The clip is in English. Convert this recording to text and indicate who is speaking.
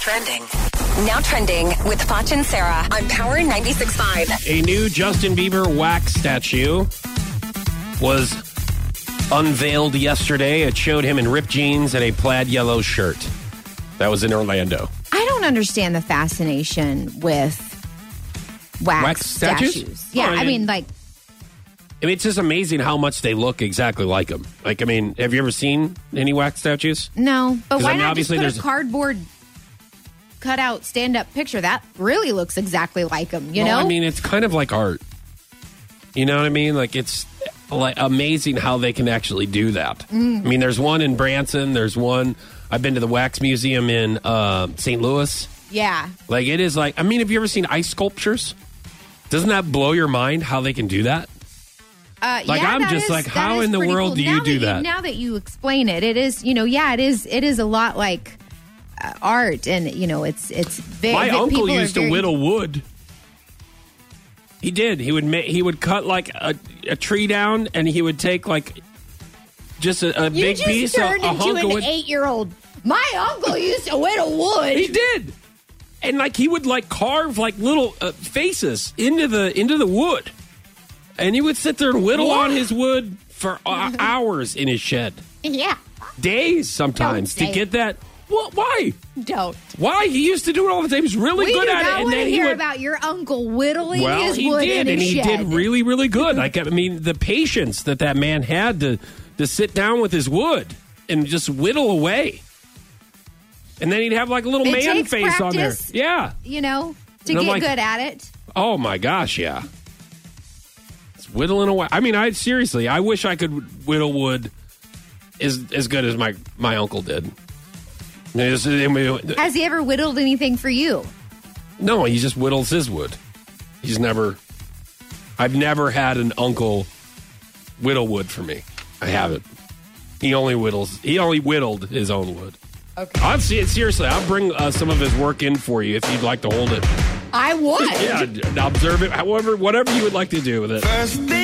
Speaker 1: trending. Now trending with Foch and Sarah on Power 96.5.
Speaker 2: A new Justin Bieber wax statue was unveiled yesterday. It showed him in ripped jeans and a plaid yellow shirt. That was in Orlando.
Speaker 3: I don't understand the fascination with wax,
Speaker 2: Wax statues?
Speaker 3: statues? Yeah,
Speaker 2: Oh, I
Speaker 3: I mean,
Speaker 2: mean-
Speaker 3: like,
Speaker 2: I mean, it's just amazing how much they look exactly like him. Like, I mean, have you ever seen any wax statues?
Speaker 3: no. But
Speaker 2: 'Cause,
Speaker 3: why
Speaker 2: I mean,
Speaker 3: not just
Speaker 2: obviously
Speaker 3: put
Speaker 2: there's-
Speaker 3: a cardboard cutout stand up picture? That really looks exactly like him, you
Speaker 2: Well,
Speaker 3: know?
Speaker 2: I mean, it's kind of like art. You know what I mean? Like it's like amazing how they can actually do that.
Speaker 3: Mm.
Speaker 2: I mean, there's one in Branson. There's one. I've been to the wax museum in uh, St. Louis.
Speaker 3: yeah.
Speaker 2: Like it is like. I mean, have you ever seen ice sculptures? Doesn't that blow your mind how they can do that?
Speaker 3: Uh,
Speaker 2: Like,
Speaker 3: yeah,
Speaker 2: I'm
Speaker 3: that
Speaker 2: just
Speaker 3: is-
Speaker 2: like,
Speaker 3: that
Speaker 2: how
Speaker 3: is
Speaker 2: in the
Speaker 3: pretty
Speaker 2: world
Speaker 3: cool.
Speaker 2: do you
Speaker 3: Now
Speaker 2: do that?
Speaker 3: Now that you explain it, it is you know yeah it is it is a lot like uh, art and you know it's it's very
Speaker 2: My uncle used to
Speaker 3: very,
Speaker 2: whittle wood. He did. He would ma- he would cut like a, a tree down, and he would take like just a, a
Speaker 3: You
Speaker 2: big
Speaker 3: just
Speaker 2: piece, a,
Speaker 3: turned
Speaker 2: a
Speaker 3: into
Speaker 2: hunk of
Speaker 3: an
Speaker 2: wood.
Speaker 3: eight-year-old. My uncle used to whittle wood.
Speaker 2: He did. And like he would like carve like little uh, faces into the into the wood, and he would sit there and whittle on his wood for uh, hours in his shed,
Speaker 3: Yeah,
Speaker 2: days sometimes
Speaker 3: Don't
Speaker 2: to
Speaker 3: say.
Speaker 2: get that. What? Why?
Speaker 3: don't.
Speaker 2: Why? He used to do it all the time. He's really
Speaker 3: We
Speaker 2: good
Speaker 3: do
Speaker 2: at
Speaker 3: not
Speaker 2: it, and
Speaker 3: want to
Speaker 2: then he
Speaker 3: hear
Speaker 2: would.
Speaker 3: about your uncle whittling
Speaker 2: well,
Speaker 3: his
Speaker 2: he
Speaker 3: wood
Speaker 2: did,
Speaker 3: in
Speaker 2: and
Speaker 3: his
Speaker 2: he
Speaker 3: shed.
Speaker 2: did really, really good. Like I mean, the patience that that man had to to sit down with his wood and just whittle away, and then he'd have like a little
Speaker 3: It
Speaker 2: man
Speaker 3: takes
Speaker 2: face on there.
Speaker 3: practice.
Speaker 2: Yeah.
Speaker 3: you know, to
Speaker 2: And I'm
Speaker 3: get
Speaker 2: like-
Speaker 3: good at it.
Speaker 2: Oh my gosh, yeah. It's whittling away. I mean, I seriously, I wish I could whittle wood as as good as my my uncle did. It's- I mean,
Speaker 3: Has he ever whittled anything for you?
Speaker 2: No, he just whittles his wood. He's never. I've never had an uncle whittle wood for me. I haven't. He only whittles. He only whittled his own wood. Okay. I'll see it seriously. I'll bring uh, some of his work in for you if you'd like to hold it.
Speaker 3: I would.
Speaker 2: Yeah, observe it. However, whatever you would like to do with it.
Speaker 4: First thing